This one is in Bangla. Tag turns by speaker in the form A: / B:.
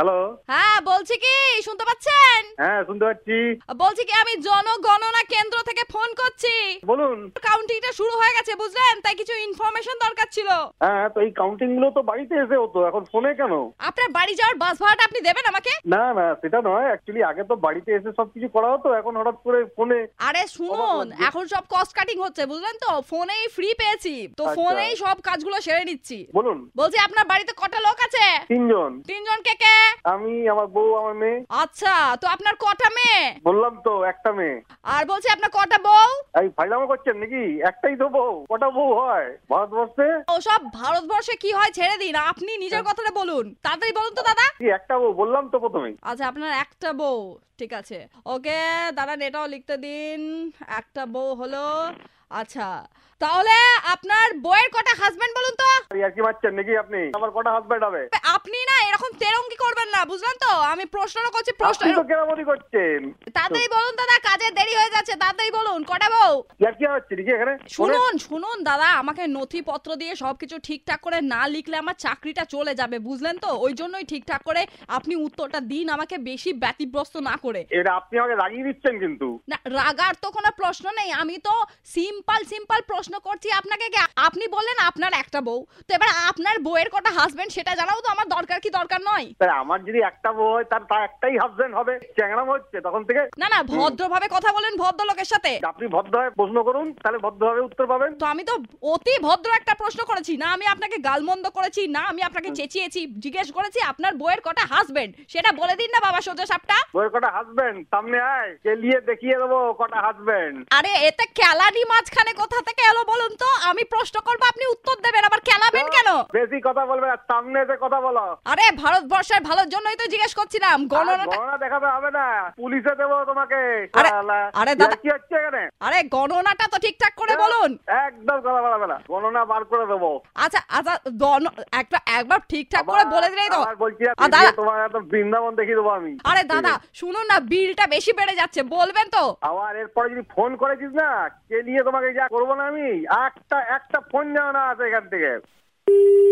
A: হ্যালো
B: হ্যাঁ বলছি কি শুনতে পাচ্ছেন
A: হ্যাঁ শুনতে পাচ্ছি
B: বলছি কি আমি জনগণনা কেন্দ্র থেকে ফোন করছি
A: বলুন
B: কাউন্টিংটা শুরু হয়ে গেছে বুঝলেন তাই কিছু ইনফরমেশন দরকার ছিল
A: হ্যাঁ তো এই কাউন্টিং গুলো তো বাড়িতে এসে হতো এখন ফোনে কেন
B: আপনার বাড়ি যাওয়ার বাস ভাড়াটা আপনি দেবেন আমাকে
A: না না সেটা নয় অ্যাকচুয়ালি আগে তো বাড়িতে এসে সবকিছু করা হতো এখন হঠাৎ করে ফোনে
B: আরে শুনুন
A: অবাক লাগছে।
B: এখন সব কস্ট কাটিং হচ্ছে বুঝলেন তো ফোনেই ফ্রি পেয়েছি তো
A: আচ্ছা।
B: ফোনেই সব কাজগুলো সেরে নিচ্ছি
A: বলুন
B: বলছি আপনার বাড়িতে কটা লোক আছে
A: তিনজন
B: তিনজন কে কে
A: আমি আমার বউ আমার মেয়ে
B: আচ্ছা তো আপনার কটা মেয়ে
A: বললাম তো একটা মেয়ে
B: আর বলছি আপনার কটা বউ
A: এই ফাইলামো করছেন নাকি একটাই তো বউ কটা বউ হয় ভারতবর্ষে
B: ওসব ভারতবর্ষে কি হয় ছেড়ে দিন আপনি নিজের কথাটা বলুন তাড়াতাড়ি বলুন তো দাদা
A: কি একটা বউ বললাম তো প্রথমেই
B: আচ্ছা আপনার একটা বউ ঠিক আছে ওকে দাঁড়ান এটাও লিখতে দিন একটা বউ হলো আচ্ছা তাহলে আপনার বউয়ের কটা হাজবেন্ড বলুন তো
A: এই আর কি মারছেন নাকি আপনি আমার কটা হাজব্যান্ড হবে
B: আপনি না এরকম তেরঙ্গি করবেন না বুঝলেন তো আমি প্রশ্নটা করছি প্রশ্ন
A: আপনি তো কেরামতি করছেন
B: তাড়াতাড়ি বলুন দাদা কাজের দেরি হয়ে যাচ্ছে তাড়াতাড়ি বলুন কটা বউ
A: আর কি হচ্ছে নাকি এখানে
B: শুনুন শুনুন দাদা আমাকে নথিপত্র দিয়ে সবকিছু ঠিকঠাক করে না লিখলে আমার চাকরিটা চলে যাবে বুঝলেন তো ওই জন্যই ঠিকঠাক করে আপনি উত্তরটা দিন আমাকে বেশি ব্যতিব্রস্ত না করে
A: এটা আপনি আমাকে রাগিয়ে দিচ্ছেন কিন্তু
B: না রাগার তো কোনো প্রশ্ন নেই আমি তো সিম্পল সিম্পল প্রশ্ন করছি আপনাকে কি আপনি বললেন আপনার একটা বউ তো এবার আপনার বউয়ের কটা হাজবেন্ড সেটা জানাও তো আমার দরকার কি দরকার নয়
A: তাহলে আমার যদি একটা বউ হয় তার তার একটাই হাজবেন্ড হবে চ্যাংরাম হচ্ছে তখন থেকে
B: না না ভদ্রভাবে কথা বলেন ভদ্রলোকের সাথে
A: আপনি ভদ্রভাবে প্রশ্ন করুন তাহলে ভদ্রভাবে উত্তর পাবেন
B: তো আমি তো অতি ভদ্র একটা প্রশ্ন করেছি না আমি আপনাকে গালমন্দ করেছি না আমি আপনাকে চেঁচিয়েছি জিজ্ঞেস করেছি আপনার বউয়ের কটা হাজবেন্ড সেটা বলে দিন না বাবা সোজা সাপটা
A: বউয়ের কটা হাজবেন্ড সামনে আয় চেলিয়ে দেখিয়ে দেবো কটা হাজবেন্ড
B: আরে এতে কেলানি মাঝখানে কোথা থেকে এলো বলুন তো আমি প্রশ্ন করবো আপনি উত্তর দেবেন আবার কেলাবেন কেন
A: বেশি কথা বলবে না সামনে এসে কথা বলো
B: আরে ভারতবর্ষের ভালোর জন্যই তো জিজ্ঞেস করছিলাম
A: আর
B: গণনাটা
A: গণনা দেখাতে হবে না পুলিশে দেবো তোমাকে
B: আরে,
A: শালা।
B: আরে দাদা-
A: ইয়ার্কি হচ্ছে এখানে
B: আরে গণনাটা তো ঠিকঠাক করে
A: হ্যাঁ।
B: বলুন
A: একদম কথা বলাবে না গণনা বার করে দেবো
B: আচ্ছা আচ্ছা গণ- একটা একবার ঠিকঠাক করে
A: আবার-
B: বলে দিলেই তো
A: আবার বলছি আর
B: আর দাদা
A: তোমার একদম বৃন্দাবন দেখিয়ে দেবো আমি
B: আরে দাদা শুনুন না বিলটা বেশি বেড়ে যাচ্ছে বলবেন তো
A: আবার এরপরে যদি ফোন করেছিস না কে নিয়ে তোমাকে যা করবো না আমি একটা একটা ফোন যেন না আছে এখান থেকে